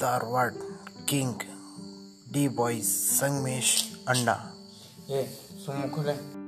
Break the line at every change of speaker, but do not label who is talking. Dharwad king D boys Sangamesh अंडा
ये सुमुख है